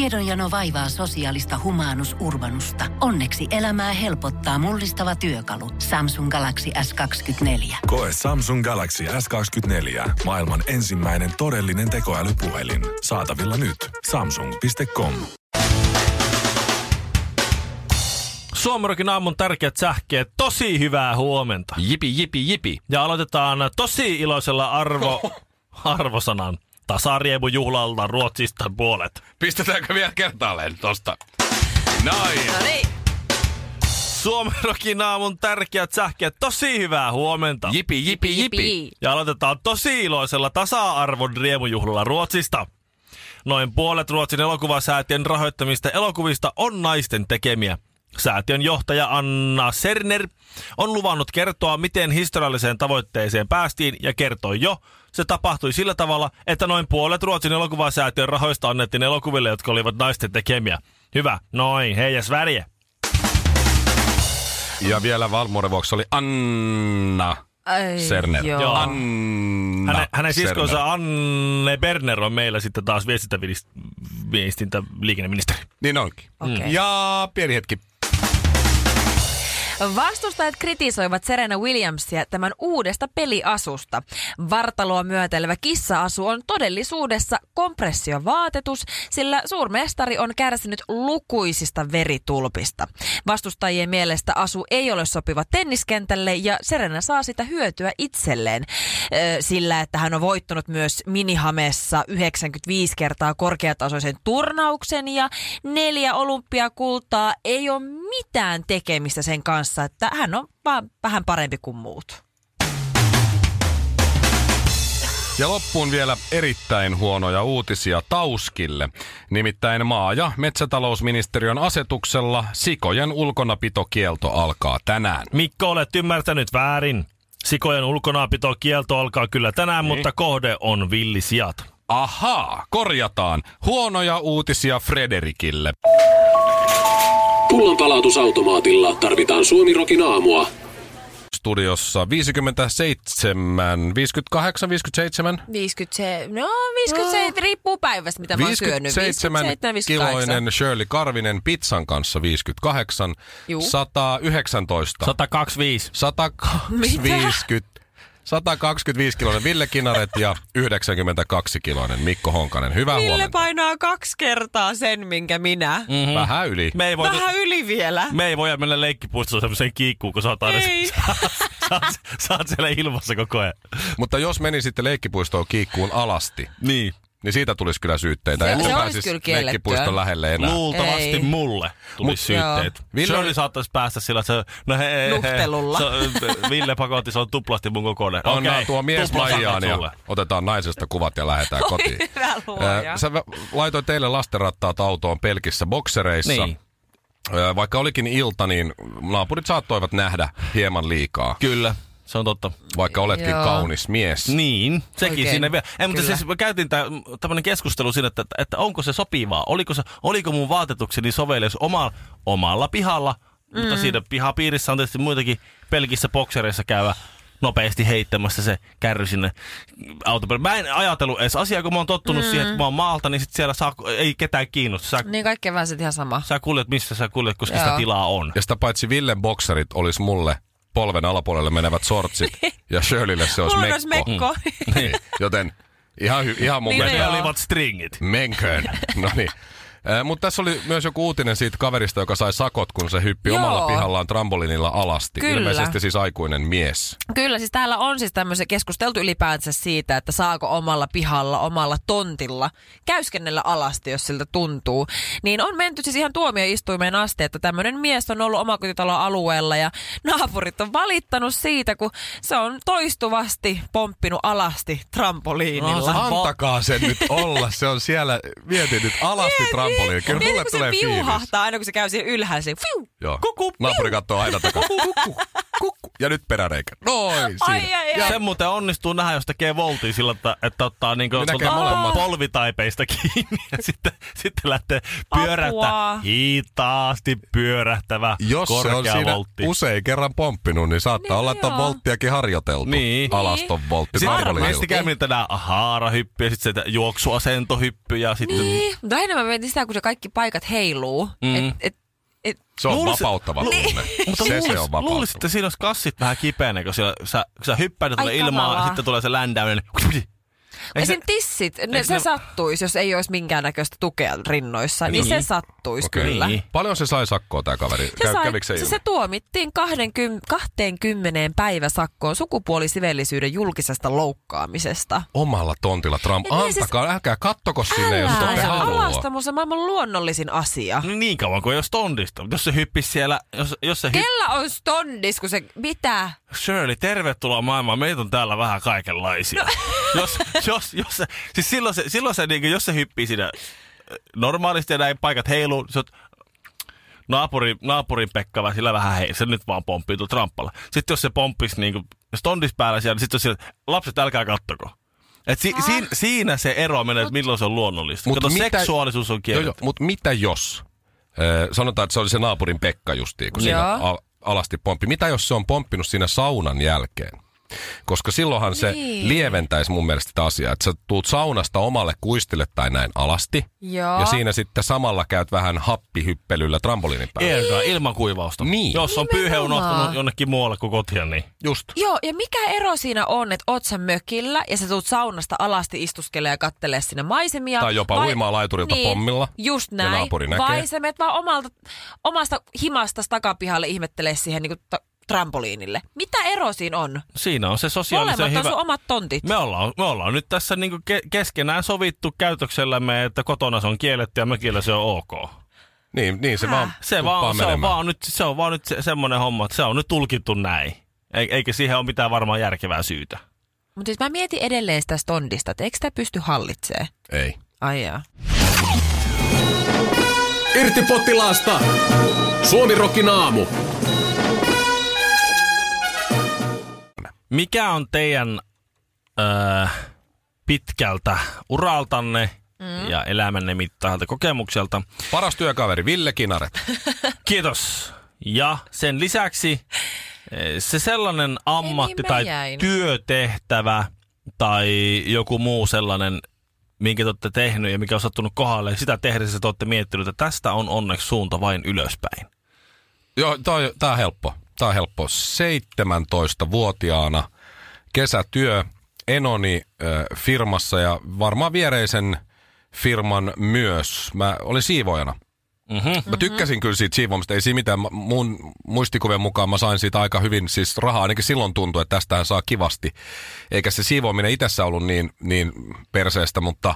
Tiedonjano vaivaa sosiaalista humanus urbanusta. Onneksi elämää helpottaa mullistava työkalu. Samsung Galaxy S24. Koe Samsung Galaxy S24. Maailman ensimmäinen todellinen tekoälypuhelin. Saatavilla nyt. Samsung.com. Suomarokin aamun tärkeät sähkeet. Tosi hyvää huomenta. Jipi, jipi, jipi. Ja aloitetaan tosi iloisella arvo, arvosanan tasariemujuhlalta Ruotsista puolet. Pistetäänkö vielä kertaalleen tosta? Noin. No niin. Suomen rokin aamun tärkeät sähkeet. Tosi hyvää huomenta. Jipi, jipi, jipi. Ja aloitetaan tosi iloisella tasa-arvon riemujuhlalla Ruotsista. Noin puolet Ruotsin elokuvasäätiön rahoittamista elokuvista on naisten tekemiä. Säätiön johtaja Anna Serner on luvannut kertoa, miten historialliseen tavoitteeseen päästiin ja kertoi jo. Se tapahtui sillä tavalla, että noin puolet Ruotsin elokuvasäätiön rahoista annettiin elokuville, jotka olivat naisten tekemiä. Hyvä, noin, hei ja Sverige. Ja vielä valmuuden vuoksi oli Anna Ai, Serner. Joo. Joo. Anna Hänen, hänen Serner. siskonsa Anne Berner on meillä sitten taas viestintäviestintä liikenneministeri. Niin onkin. Okei. Ja pieni hetki. Vastustajat kritisoivat Serena Williamsia tämän uudesta peliasusta. Vartaloa myötelevä kissaasu on todellisuudessa kompressiovaatetus, sillä suurmestari on kärsinyt lukuisista veritulpista. Vastustajien mielestä asu ei ole sopiva tenniskentälle ja Serena saa sitä hyötyä itselleen ö, sillä, että hän on voittanut myös minihamessa 95 kertaa korkeatasoisen turnauksen ja neljä olympiakultaa ei ole mitään tekemistä sen kanssa, että hän on vaan vähän parempi kuin muut. Ja loppuun vielä erittäin huonoja uutisia Tauskille. Nimittäin maa- ja metsätalousministeriön asetuksella sikojen ulkonapitokielto alkaa tänään. Mikko, olet ymmärtänyt väärin. Sikojen ulkonapito kielto alkaa kyllä tänään, niin. mutta kohde on villisijat. Ahaa, korjataan. Huonoja uutisia Frederikille. Pullonpalautusautomaatilla tarvitaan Suomirokin aamua. Studiossa 57, 58, 57. 57, no 57, no. riippuu päivästä, mitä 57 kiloinen Shirley Karvinen pizzan kanssa 58, Juu. 119, 125. 150, 125 kiloinen Ville Kinaret ja 92 kiloinen Mikko Honkanen. Hyvää Ville huomenta. Mm-hmm. painaa kaksi kertaa sen, minkä minä. Mm. Vähän yli. Me ei, voitu, Vähän yli vielä. me ei voida mennä leikkipuistoon semmoiseen kiikkuun, kun sä oot aina Ei. sä, oot- sä oot siellä ilmassa koko ajan. Mutta jos menisitte leikkipuistoon kiikkuun alasti, Niin. niin siitä tulisi kyllä syytteitä. Se- Et se sä olisi pääsis kyllä kiellettyä. leikkipuiston lähelle enää. Luultavasti Ei. ei. mulle tuli Mut, syytteet. joo. Ville- Ville... Shirley saattaisi päästä sillä, että se- no he, he, Nuhtelulla. Se, ö, Ville pakotti, se on tuplasti mun kokoinen. Anna Okei, tuo mies tuplasana Maijaan sulle. ja otetaan naisesta kuvat ja lähdetään kotiin. Hyvä luoja. Ö, Sä vä- laitoit teille lastenrattaat autoon pelkissä boksereissa. Niin. Ö, Vaikka olikin ilta, niin naapurit saattoivat nähdä hieman liikaa, Kyllä, se on totta. vaikka oletkin Joo. kaunis mies. Niin, sekin Oikein, Oikein. siinä vielä. Ei, mutta kyllä. siis me käytiin tämmöinen keskustelu siinä, että, että onko se sopivaa. Oliko, se, oliko mun vaatetukseni sovellus oma, omalla pihalla, mm. mutta siinä pihapiirissä on tietysti muitakin pelkissä boksereissa käyvä nopeasti heittämässä se kärry sinne autopelle. Mä en ajatellut edes asiaa, kun mä oon tottunut mm. siihen, että mä oon maalta, niin sit siellä saa, ei ketään kiinnosta. Sä, Niin kaikki vähän sitten ihan sama. sä kuljet, missä sä kuljet, koska Joo. Joo. sitä tilaa on. Ja sitä paitsi Villen bokserit olisi mulle polven alapuolelle menevät sortsit ja Shirleylle se olisi Mulla mekko. olisi mekko. Niin, Joten ihan, hy- ihan mun Niin, mielestä Ne Joo. olivat stringit. Menköön. No niin. Mutta tässä oli myös joku uutinen siitä kaverista, joka sai sakot, kun se hyppi Joo. omalla pihallaan trampolinilla alasti. Kyllä. Ilmeisesti siis aikuinen mies. Kyllä, siis täällä on siis tämmöisen keskusteltu ylipäänsä siitä, että saako omalla pihalla, omalla tontilla käyskennellä alasti, jos siltä tuntuu. Niin on menty siis ihan tuomioistuimeen asti, että tämmöinen mies on ollut omakotitalon alueella ja naapurit on valittanut siitä, kun se on toistuvasti pomppinut alasti trampoliinilla. Niin, No, Antakaa sen nyt olla. Se on siellä, mieti nyt alasti trampoliin. Kyllä Mieti, mulle niin, kun se tulee fiilis. piuhahtaa aina, kun se käy siinä ylhäällä. se Fiu! Joo. Kuku, Naapuri katsoo aina takaa. kukku. Ja nyt peräreikä. Noin, Ai, siinä. ai, ai. Sen muuten onnistuu nähdä, jos tekee voltin sillä, että, että ottaa niin Niin näkee sulta molemmat. polvitaipeista kiinni ja sitten, sitten lähtee pyörähtää Apua. hitaasti pyörähtävä Jos se korkea on siinä voltti. usein kerran pomppinut, niin saattaa Niin olla, että on joo. volttiakin harjoiteltu. Niin. Alaston voltti. Sitten niin, Varmasti. Marvelilla. Miettikää, miltä nämä haarahyppy ja sitten se juoksuasentohyppy ja sitten... Niin, mutta aina mä mietin sitä, kun se kaikki paikat heiluu. Mm. Et, et, et, Se on Luulisin- vapauttava Niin. Lu- Niin. tunne. Mutta se, luulis, se on luulis, vapauttava. että siinä olisi kassit vähän kipeänä, kun, siellä, sä, kun sä hyppäät ja Ai tulee ilmaa, ja kamalaa. sitten tulee se ländäynen. Eikö esim. se- Ne, tissit, ne, eikö se ne- ne... sattuisi, jos ei olisi minkäännäköistä tukea rinnoissa. Niin, Niin. niin se sattuisi Okei. okay. kyllä. Niin. Paljon se sai sakkoa tämä kaveri? Se, Käy- sai, kävikö se, ilmi? se tuomittiin 20, 20 päiväsakkoon sukupuolisivellisyyden julkisesta loukkaamisesta. Omalla tontilla Trump. Ei, niin siis- Antakaa, älkää kattoko sinne, jos te Älä, haluaa. alastomuus on maailman luonnollisin asia. No niin kauan kuin jos tondista. Mutta Jos se hyppisi siellä, jos, jos se hyppisi... Kella on stondis, kun se... Mitä? Shirley, tervetuloa maailmaan. Meitä on täällä vähän kaikenlaisia. No. jos, jos, jos, se- siis silloin se, silloin se, niin kuin, jos se hyppii siinä äh, normaalisti ja näin paikat heiluu, niin se on, naapuri, naapurin Pekka vai sillä vähän hei, se nyt vaan pomppii tuolla trampalla. Sitten jos se pomppisi niin kuin, jos tondis päällä siellä, niin sitten sillä, lapset älkää kattoko. Et si, siin, siinä se ero menee, että milloin se on luonnollista. Mutta Kato, mitä, seksuaalisuus on Joo, kielletty. joo, Mutta mitä jos? Ö, sanotaan, että se oli se naapurin Pekka justiin, kun siinä Joo. al- alasti pomppi. Mitä jos se on pomppinut siinä saunan jälkeen? Koska silloinhan se Niin. lieventäisi mun mielestä tätä asiaa, että sä tuut saunasta omalle kuistille tai näin alasti. Joo. Ja siinä sitten samalla käyt vähän happihyppelyllä trampoliinin päällä. Erkaa, ilman kuivausta. Niin. Jos on pyyhe Nimenomaan. unohtunut jonnekin muualle kuin kotia, niin... Just. Joo, ja mikä ero siinä on, että oot sä mökillä ja sä tuut saunasta alasti istuskelemaan ja kattelee sinne maisemia. Tai jopa uimaa laiturilta niin, pommilla, Just ja näin. naapuri näkee. Vai sä menet vaan omalta, omasta himasta takapihalle ihmettelee siihen niin ta- trampoliinille. Mitä ero siinä on? Siinä on se sosiaalisen Molemmat on hyvä... sun omat tontit. Me ollaan, me ollaan nyt tässä niinku ke- keskenään sovittu käytöksellämme, että kotona se on kielletty ja mökillä se on ok. Niin, niin se vaan Se, tuppaa vaan, se, on menemään. vaan nyt, se on vaan nyt se, semmoinen homma, että se on nyt tulkittu näin. E- eikä siihen ole mitään varmaan järkevää syytä. Mutta siis mä mietin edelleen sitä stondista, että eikö sitä pysty hallitsee? Ei. Ai jaa. Irti potilaasta! Suomirokin aamu. Mikä on teidän öö, pitkältä uraltanne mm. ja elämänne mittaalta kokemukselta? Paras työkaveri, Ville Kinaret. Kiitos. Ja sen lisäksi eh, se sellainen ammatti mä tai jäin. työtehtävä tai joku muu sellainen, minkä te olette tehnyt ja mikä on sattunut kohdalle, sitä tehdessä te olette miettinyt, että tästä on onneksi suunta vain ylöspäin. Joo, tää on, tää on helppo. Tää on helppo. 17-vuotiaana kesätyö Enoni ö, firmassa ja varmaan viereisen firman myös. Mä olin siivoojana. Mm-hmm. Mä tykkäsin kyllä siitä siivoamista, ei siinä mitään. Mä- Mun muistikuvien mukaan mä sain siitä aika hyvin siis rahaa, ainakin silloin tuntui, että tästähän saa kivasti. Eikä se siivoaminen itsessä ollut niin, niin perseestä, mutta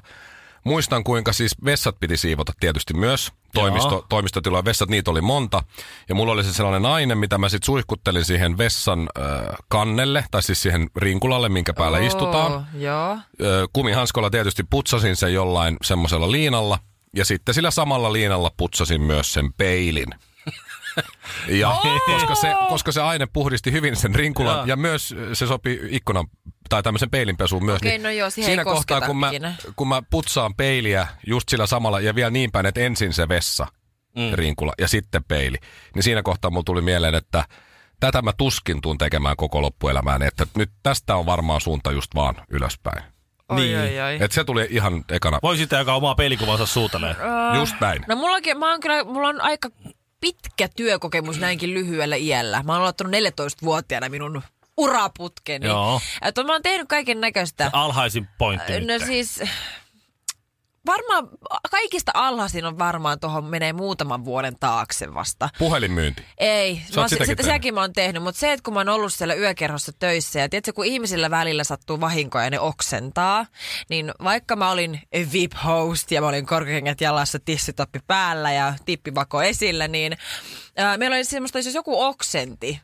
muistan kuinka siis vessat piti siivota tietysti myös. Toimisto, toimistotiloja, vessat, niitä oli monta. Ja mulla oli se sellainen aine, mitä mä sitten suihkuttelin siihen vessan äh, kannelle, tai siis siihen rinkulalle, minkä päällä oh. istutaan Joo. ö, kumihanskolla tietysti putsasin sen jollain semmoisella liinalla. Ja sitten sillä samalla liinalla putsasin myös sen peilin. Ja koska se, koska se aine puhdisti hyvin sen rinkulan ja, ja myös ö, se sopi ikkunan tai tämmöisen peilinpesuun myös. niin Okei, no joo, siihen ei siinä kohtaa, kosketa kun mä, ikinä. kun mä putsaan peiliä just sillä samalla ja vielä niin päin, että ensin se vessa, mm. rinkula ja sitten peili, niin siinä kohtaa mulla tuli mieleen, että tätä mä tuskin tuun tekemään koko loppuelämään, että nyt tästä on varmaan suunta just vaan ylöspäin. Oi, Niin. oi, oi. Et se tuli ihan ekana. Voi sitä, joka omaa pelikuvansa suutelee. Just näin. No mullakin, mä oon kyllä, mulla on aika pitkä työkokemus näinkin lyhyellä iällä. Mä oon aloittanut 14-vuotiaana minun uraputkeni. Joo. Että mä oon tehnyt kaiken näköistä. Alhaisin pointti No nyt. siis, varmaan kaikista alhaisin on varmaan tuohon menee muutaman vuoden taakse vasta. Puhelinmyynti. Ei, Sä mä oot oon, sitäkin sitä, tehnyt. sekin mä oon tehnyt, mutta se, että kun mä oon ollut siellä yökerhossa töissä ja tiedätkö, kun ihmisillä välillä sattuu vahinkoja ja ne oksentaa, niin vaikka mä olin vip host ja mä olin korkokengät jalassa, tissitoppi päällä ja tippivako esillä, niin ää, meillä oli semmoista, jos joku siis oksenti,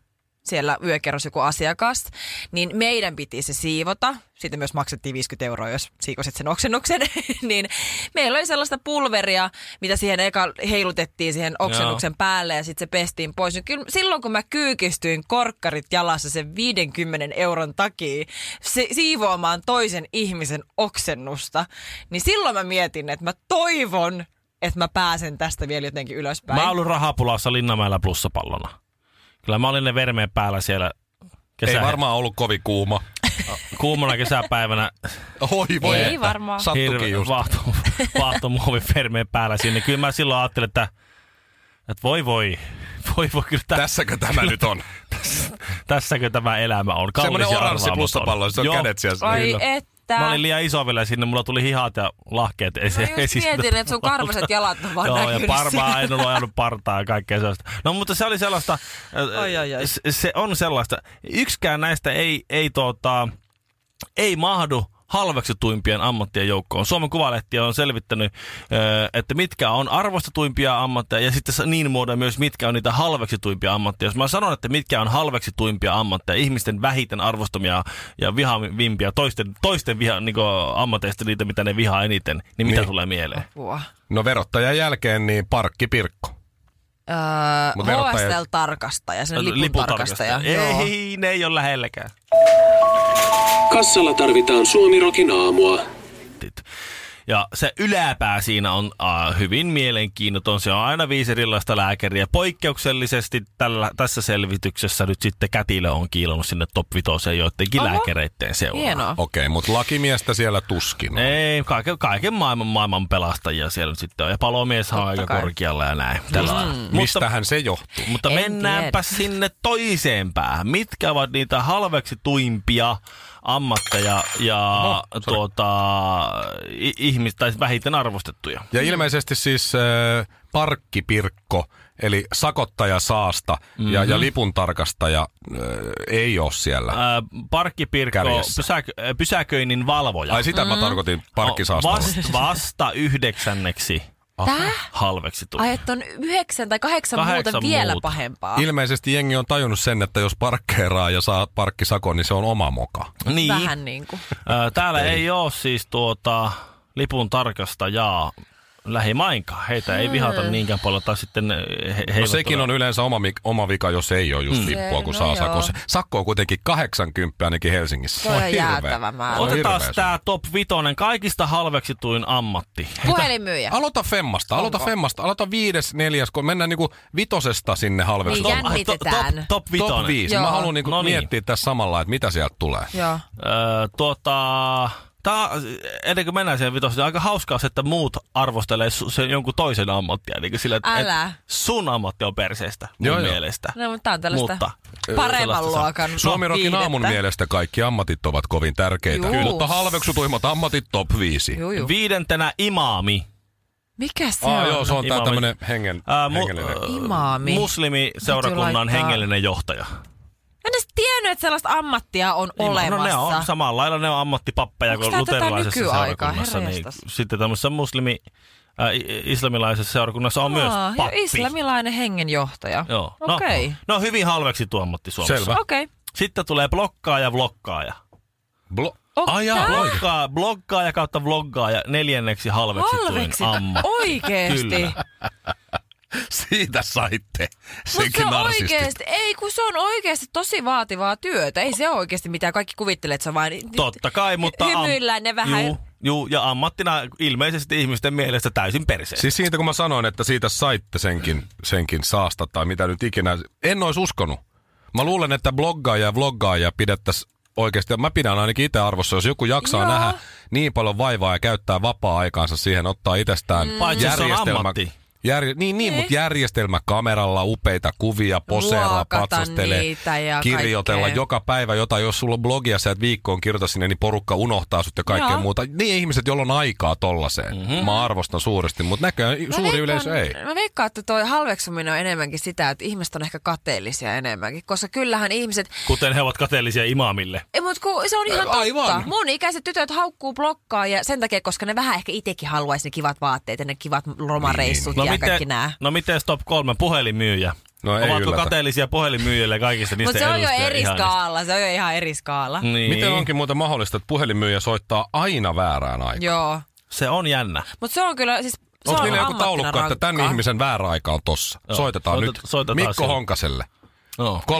siellä yökerros joku asiakas, niin meidän piti se siivota. Siitä myös maksettiin 50 euroa, jos siikosit sen oksennuksen. niin meillä oli sellaista pulveria, mitä siihen eka heilutettiin siihen oksennuksen Joo. päälle ja sitten se pestiin pois. Niin kyllä silloin kun mä kyykistyin korkkarit jalassa sen 50 euron takia se, siivoamaan toisen ihmisen oksennusta, niin silloin mä mietin, että mä toivon, että mä pääsen tästä vielä jotenkin ylöspäin. Mä oon ollut rahapulassa Linnanmäellä plussapallona. Kyllä mä olin ne vermeen päällä siellä kesä, Ei varmaan ollut kovin kuuma. kuumana kesäpäivänä Oi voi Ei että. varmaan. Sattukin hirveän just. vaahto, vaahtomuovin vermeen päällä sinne. Kyllä mä silloin ajattelin, että, että voi voi, voi voi, kyllä tä, Tässäkö tämä nyt on? tässäkö tämä elämä on. Kallis Semmoinen ja oranssi arvaamaton. plussapallo, se on Joo. kädet siellä. Ai Kyllä. että. Mä olin liian iso vielä sinne, mulla tuli hihat ja lahkeet. Ei, se- Mä ei just siis- mietin, että sun karvaset jalat on vaan Joo, ja näkynyt parmaa siinä. en ole ajanut partaa ja kaikkea sellaista. No mutta se oli sellaista, äh, Ai, ai, ai. se- se on sellaista. Yksikään näistä ei, ei, tota, ei mahdu halveksutuimpien ammattien joukkoon. Suomen Kuvalehti on selvittänyt, äh, että mitkä on arvostetuimpia ammatteja ja sitten se- niin muodoin myös mitkä on niitä halveksituimpia ammatteja. Jos mä sanon, että mitkä on halveksituimpia ammatteja, ihmisten vähiten arvostamia ja vihavimpiä, toisten, toisten viha, niin ammateista niitä, mitä ne vihaa eniten, niin mitä Niin. tulee mieleen? Apua. No verottajan jälkeen niin parkkipirkko. Öö, Mut verottaja- HSL-tarkastaja, sen lipuntarkastaja. Joo. Ei, ne ei ole lähelläkään. Kassalla tarvitaan Suomirokin aamua. Tit. Ja se yläpää siinä on äh, hyvin mielenkiinnoton. Se on aina viisi erilaista lääkäriä. Poikkeuksellisesti tällä, tässä selvityksessä nyt sitten kätilö on kiilannut sinne top 5 joidenkin Oho. lääkäreitteen seuraan. Hienoa. Okei, okay, mutta lakimiestä siellä tuskin. on. Ei, kaiken, kaiken maailman maailman pelastajia siellä nyt sitten on. Ja palomies on aika kai. korkealla ja näin. Mm. Mistähän se johtuu? Mutta En mennäänpä tiedä. sinne toiseen päähän. Mitkä ovat niitä halveksituimpia ammatteja ja no, tuota, i- ihmistä, tai vähiten arvostettuja? Ja Mm. ilmeisesti siis äh, parkkipirkko, eli sakottaja saasta mm-hmm. ja, Mhm. ja lipuntarkastaja äh, ei ole siellä. Äh, Ää, parkkipirkko, Kärjessä. pysäkö, ää, pysäköinnin valvoja. Ai sitä mm-hmm. Mm. mä tarkoitin No, parkkisaastalla. vast, vasta yhdeksänneksi Tää? halveksituja. Ai, että on yhdeksän tai kahdeksan, Kahdeksan muuta vielä muuta. Niin. pahempaa. Ilmeisesti jengi on tajunnut sen, että jos parkkeeraa ja saa parkkisakon, niin se on oma moka. niin. Vähän niin kuin. Ää, Täällä ei ole siis tuota lipun tarkastajaa lähimainkaan. Heitä ei vihata niinkään paljon, tai sitten he, he No eivät sekin ole- on yleensä oma, mik- oma vika, jos ei ole just lippua, kun no saa joo. sakon. Se- Sakko on kuitenkin 80 ainakin Helsingissä. Toi on hirveä. jäätävä määrä. Se on Otetaan hirveä tämä top vitonen, kaikista halveksituin ammatti. Puhelinmyyjä. Aloita femmasta, aloita femmasta, aloita viides, neljäs, kun mennään niinku vitosesta sinne halveksi. Ei Top- jänn- top, Jännitetään. top vitonen. Top 5. Mä Niin, Joo. haluan niinku No niin. miettiä tässä samalla, että mitä sieltä tulee. Joo. Öö, tuota, tää, ennen kuin mennään siihen vitoseen, aika hauskaa se, että muut arvostelee su, sen jonkun toisen ammattia. Eli sillä, että Älä. Et sun ammatti on perseestä, mun Joo, joo, joo. mielestä. No, mutta tää on tällaista Mutta, paremman sellaista se- luokan Suomi Rokin viihdettä. aamun mielestä kaikki ammatit ovat kovin tärkeitä, Juu. mutta halveksutuimmat ammatit top 5. Juu, juu. Viidentenä imaami. Mikä se Ah, on? joo, se on tää Imaami. tämmönen hengen, Ää, hengellinen. mu- Imaami. Muslimiseurakunnan laittaa- hengellinen johtaja. Mä en edes tiennyt, että sellaista ammattia on No olemassa. ne on samalla lailla ne on ammattipappeja Onks kuin tää tätä luterilaisessa nykyaikaa? seurakunnassa. Niin, Herranjestas. sitten tämmöisessä muslimi, äh, i- islamilaisessa seurakunnassa on myös Aa, ja pappi. islamilainen hengenjohtaja. Joo. No, Okei. no, hyvin halveksi tuo ammatti Suomessa. Selvä. Okei. Sitten tulee blokkaaja ja vlokkaaja. Blo- Onks Ai jaa, tää? voi. Blokkaa, blokkaaja kautta vloggaaja neljänneksi halveksituin Halveksi. ammatti. Oikeesti. Kyllä. Siitä saitte. Mutta se Senkin on narsisti. oikeesti, ei kun se on oikeesti tosi vaativaa työtä. Ei se ole oikeesti mitään. Kaikki kuvittelee, että se on vain... Totta kai, mutta... am- Hymyillään ne vähän. Juu, juu, ja ammattina ilmeisesti ihmisten mielestä täysin perseestä. Siis siitä kun mä sanoin, että siitä saitte senkin, senkin saasta tai mitä nyt ikinä, en olisi uskonut. Mä luulen, että bloggaaja ja vloggaaja pidettäisiin oikeasti, mä pidän ainakin itse arvossa, jos joku jaksaa Joo. Joo. nähdä niin paljon vaivaa ja käyttää vapaa-aikaansa siihen, ottaa itsestään mm. Paitsi jos se on ammatti. Jär, niin, niin, mutta järjestelmä kameralla, upeita kuvia, poseeraa, Ruokata patsastelee, niitä ja kirjoitella kaikkea. joka päivä jotain. Jos sulla on blogia, sä et viikkoon kirjoita sinne, niin porukka unohtaa sut ja kaikkea Joo. Joo. muuta. Niin ihmiset, joilla on aikaa tollaiseen. Mhm. Mm-hmm. Mä arvostan suuresti, mutta näköjään Mä suuri veikkaan- yleisö ei. Mä veikkaan, että toi halveksuminen on enemmänkin sitä, että ihmiset on ehkä kateellisia enemmänkin, koska kyllähän ihmiset... Kuten he ovat kateellisia imaamille. Ei, mut kun se on ihan totta. Aivan. Mun ikäiset tytöt haukkuu blokkaa ja sen takia, koska ne vähän ehkä itsekin Niin, haluaisi ne kivat vaatteet ja ne kivat lomareissut ja kaikki nää. no miten stop no kolme puhelinmyyjä? No ei Ovatko yllätä. kateellisia puhelinmyyjille kaikista niistä Mutta se on jo eduista ja eri ihanista? skaala, se on jo ihan eri skaala. Niin. Miten onkin muuta mahdollista, että puhelinmyyjä soittaa aina väärään aikaan? Joo. Se on jännä. Mutta se on kyllä, siis se Onko on niillä joku ammattina taulukko, että tämän rankkaa. ihmisen väärä aika on tossa? Joo. Soitetaan Soita- nyt soitetaan Mikko sille. Honkaselle. No. 13.30,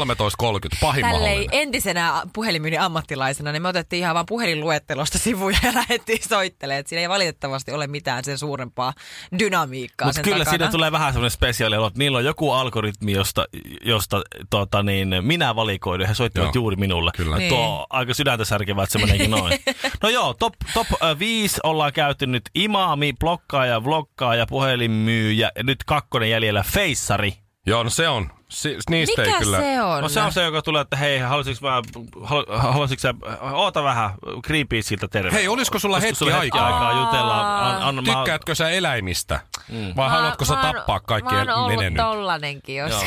pahin Tällei mahdollinen. entisenä puhelimyyden ammattilaisena, niin me otettiin ihan vaan puhelinluettelosta sivuja ja lähdettiin soittelemaan. Et Siinä ei valitettavasti ole mitään sen suurempaa dynamiikkaa Mutta sen kyllä takana. siinä tulee vähän semmoinen spesiaali olo, että niillä on joku algoritmi, josta, josta tota niin, minä valikoidun. He soittivat Joo. juuri minulle. Kyllä. Niin. Tuo aika sydäntä särkevää, että se meneekin noin. No joo, top, top 5 ollaan käyty nyt imaami, blokkaaja, vlokkaaja, puhelinmyyjä ja nyt kakkonen jäljellä feissari. Joo, no se on. Si- niistä Mikä ei kyllä... se on? No se on se, joka tulee, että hei, haluaisinko mä, halu- haluaisinko sä, oota vähän, Greenpeaceilta terve. Hei, olisiko sulla Olisiko hetki hetki aikaa? aikaa jutella? An, an, Tykkäätkö sä eläimistä? Mm. Vai Mä- haluatko sä mä oon- tappaa kaikki Mä oon ollut menenyt? tollanenkin joskus.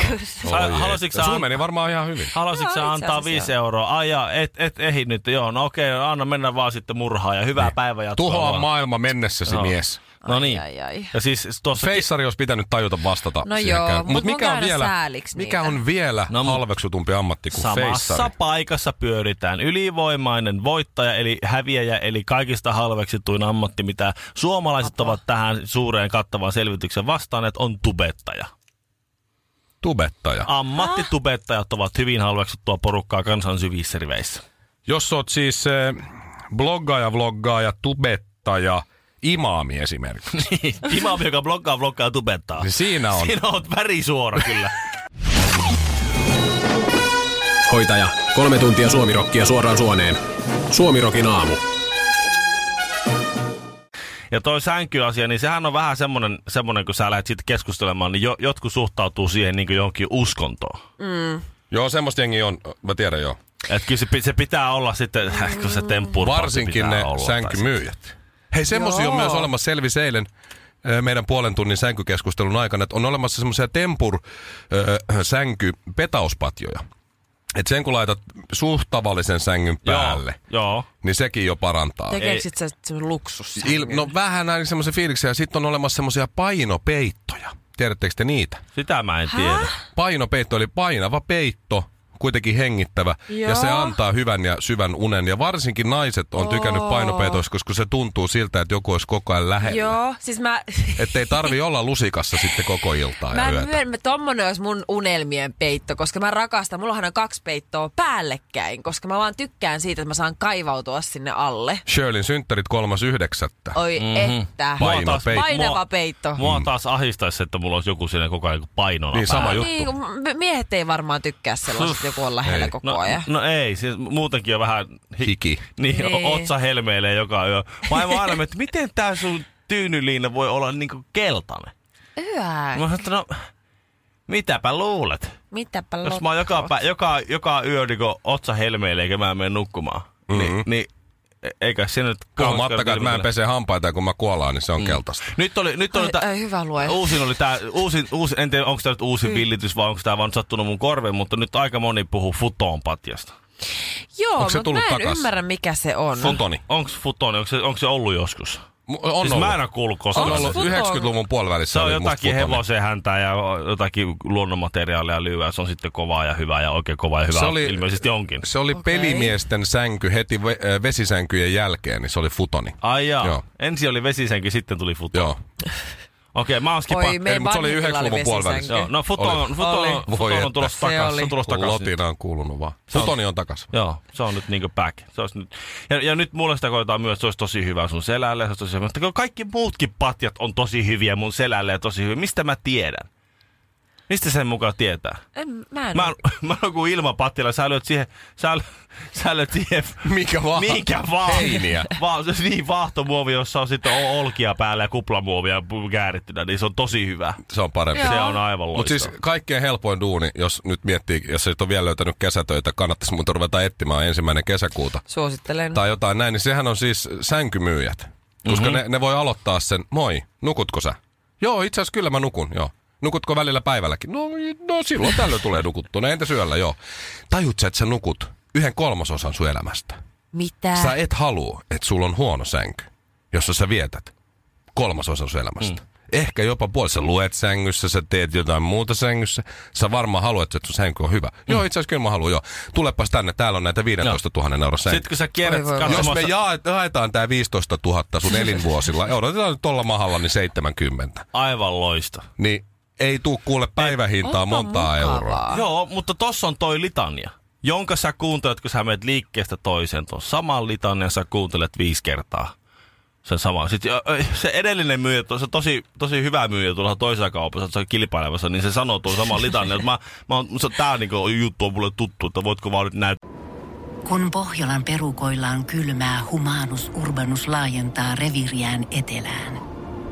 Sä- haluaisitko sä Oh, Sulla an- meni varmaan ihan hyvin. Haluaisitko Joo, sä itse antaa asiassa 5 joo. euroa? Ai jaa, et, et ehdi nyt. Joo, no okei, anna mennä vaan sitten murhaa ja hyvää päivää jatkoa. Niin. Tuhoa vaan. maailma mennessäsi Joo. mies. No niin. Ai, ai, ai. Ja siis tuossa... Feissari olisi pitänyt tajuta vastata. No siihen joo, käy- mut Mut mun mikä on käydä vielä, sääliksi mikä niitä. on vielä No, mut- halveksutumpi ammatti kuin Samassa feissari? paikassa pyöritään. Ylivoimainen voittaja eli häviäjä eli kaikista halveksituin ammatti, mitä suomalaiset ovat tähän suureen kattavaan selvitykseen vastanneet, on tubettaja. Tubettaja. Ammattitubettajat ovat hyvin halveksuttua porukkaa kansan syvissä riveissä. Jos oot siis eh, bloggaaja, vloggaaja, tubettaja, imaami esimerkiksi, Imam, joka blokkaa, blokkaa tubettaa. niin siinä on. Siinä on värisuora kyllä. Hoitaja, kolme tuntia suomirokkia suoraan suoneen. Suomirokin aamu. Ja toi sänkyasia, niin sehän on vähän semmoinen, semmoinen kun sä lähdet siitä keskustelemaan, niin jo, jotkut suhtautuu siihen niin kuin johonkin uskontoon. Joo, semmoista jengi on, mä tiedän joo. Että kyllä se, pi- se pitää olla sitten, äh, kun se temppu Varsinkin ne sänkymyyjät. Hei, semmosia on Joo. myös olemassa selvis eilen eh, meidän puolen tunnin sänkykeskustelun aikana, että on olemassa semmoisia tempur ö, sänky petauspatjoja. Et sen kun laitat suht tavallisen sängyn päälle, joo. Joo, joo. niin sekin jo parantaa. Tekeekö sit sä semmoinen luksus? Il, no vähän ainakin semmoisen fiiliksen. Ja sitten on olemassa semmoisia painopeittoja. Tiedättekö te niitä? sitä mä en tiedä. Painopeitto, eli painava peitto, kuitenkin hengittävä. Joo. Ja se Joo. antaa hyvän ja syvän unen. Ja varsinkin naiset on tykännyt painopeitoista, koska se tuntuu siltä, että joku olisi koko ajan lähellä. Joo, siis mä... Että ei tarvi olla lusikassa sitten koko iltaa Mä ja en yötä. myönnä, tommonen olisi mun unelmien peitto, koska mä rakastan, mullahan on kaksi peittoa päällekkäin, koska mä vaan tykkään siitä, että mä saan kaivautua sinne alle. Shirleyn synttärit 3.9. Oi mm-hmm. että. Mhm. Painava Mua taas- peitto. Painava mua- peitto. Mua taas ahistaisi, että mulla olisi joku siinä koko ajan painona Niin, sama päällä. juttu. Niin, kun m- miehet ei varmaan tykkää sellaista, että joku on lähellä Ei. koko No, ajan. no ei, siis muutenkin on vähän hi- Hiki. Niin, Niin. niin. otsa helmeilee joka yö. Mä en vaan aina, miettinyt, että miten tää sun tyynyliina voi olla niinku keltainen. Hyvä. Mä sanoin, että no, mitäpä luulet? Mitäpä Jos mä oon joka, pä, joka, joka yö niin otsa helmeille eikä mä mene nukkumaan, mm-hmm. niin, niin e- eikä se nyt... Puhumattakaan, että mä en pese hampaita, kun mä kuolaan, niin se on mm. keltaista. Nyt oli, nyt oli Ai- tää, ai hyvä Mm. luoja. Uusin oli tää, uusin, uusin, en tiedä onko tää nyt uusi villitys vai onko tää vaan sattunut mun korveen, mutta nyt aika moni puhuu futon patjasta. Joo, Onko se mutta tullut mä en takas? ymmärrä mikä se on. Funtoni. Onko futoni, onko se, onko se ollut joskus? Mu- On siis ollut. mä en oo kuullut Se koskaan. on Onks ollut futon? 90-luvun puolivälissä. Se on oli musta jotakin futoni. hevosen häntää ja jotakin luonnonmateriaalia lyöä. Se on sitten kovaa ja hyvää ja oikein kovaa ja hyvää. Se oli- Ilmeisesti onkin. Se oli okay. pelimiesten sänky heti ve- ö, vesisänkyjen jälkeen, niin se oli futoni. Ai jaa. Joo. Ensin oli vesisenkin, sitten tuli futon. Joo. Okei, mä oon skipannut. Oi, me Ei, mut se oli vanhemmilla 90-luvun vesisänky. puolivälistä. Joo, no futon, Oli. futon, futon, Voi futon että. on tulossa Se takas. Se oli. on tulossa takas. Lotina on kuulunut vaan. Futoni on takas. Joo, se on nyt niinku back. Se olisi nyt. Ja, ja nyt mulle sitä koetaan myös, että se olisi tosi hyvä sun selälle. Se olisi tosi hyvä. Mutta kun kaikki muutkin patjat on tosi hyviä mun selälle ja tosi hyviä. Mistä mä tiedän? Mistä sen mukaan tietää? En, mä en Mä, oon- mä oon kuin ilmapattila. Sä lyöt siihen, sä, ly- sä lyöt siihen Mikä vaan. Mikä vaan. Heiniä. vaan se- niin vaahtomuovi, jossa on sitten o- olkia päällä ja kuplamuovia käärittynä, niin se on tosi hyvä. Se on parempi. Joo. Se on aivan Mutta loistava. siis kaikkein helpoin duuni, jos nyt miettii, jos et ole vielä löytänyt kesätöitä, kannattaisi muuten ruveta etsimään ensimmäinen kesäkuuta. suosittelen. Tai jotain näin, niin sehän on siis sänkymyyjät. Koska mm-hmm. ne, ne voi aloittaa sen, moi, nukutko sä? Joo, itse asiassa kyllä mä nukun, joo. Nukutko välillä päivälläkin? No, no silloin tällöin tulee nukuttua. No entäs yöllä, joo. Tajut sä, että sä nukut yhden kolmasosan sun elämästä. Mitä? Sä et halua, että sulla on huono sänky, jossa sä vietät kolmasosan sun elämästä. Mm. Ehkä jopa puoli. Sä luet sängyssä, sä teet jotain muuta sängyssä. Sä varmaan haluat, että sun sänky on hyvä. Mm. Joo, itse asiassa kyllä mä haluan, joo. Tulepas tänne, täällä on näitä 15 000 euron sänkyjä. Sitten kun sä kierrät Oi, voi, voi. Jos me katsomassa... jaa, jaetaan tämä 15 000 sun elinvuosilla, ja odotetaan nyt tuolla mahalla, niin 70. Aivan loista. Niin ei tuu kuule päivähintaa Onpa montaa mukavaa. euroa. Joo, mutta tossa on toi litania, jonka sä kuuntelet, kun sä menet liikkeestä toiseen. Tuon saman litanian sä kuuntelet viisi kertaa. Sen sama. Sitten ö, ö, se edellinen myyjä, to- se tosi, tosi hyvä myyjä tuolla toisessa kaupassa, se on kilpailevassa, niin se sanoo tuon saman litanian. mä, mä, oon- se- tää niinku juttu on mulle tuttu, että voitko vaan nyt näyttää. Kun Pohjolan perukoillaan kylmää, humanus urbanus laajentaa reviriään etelään.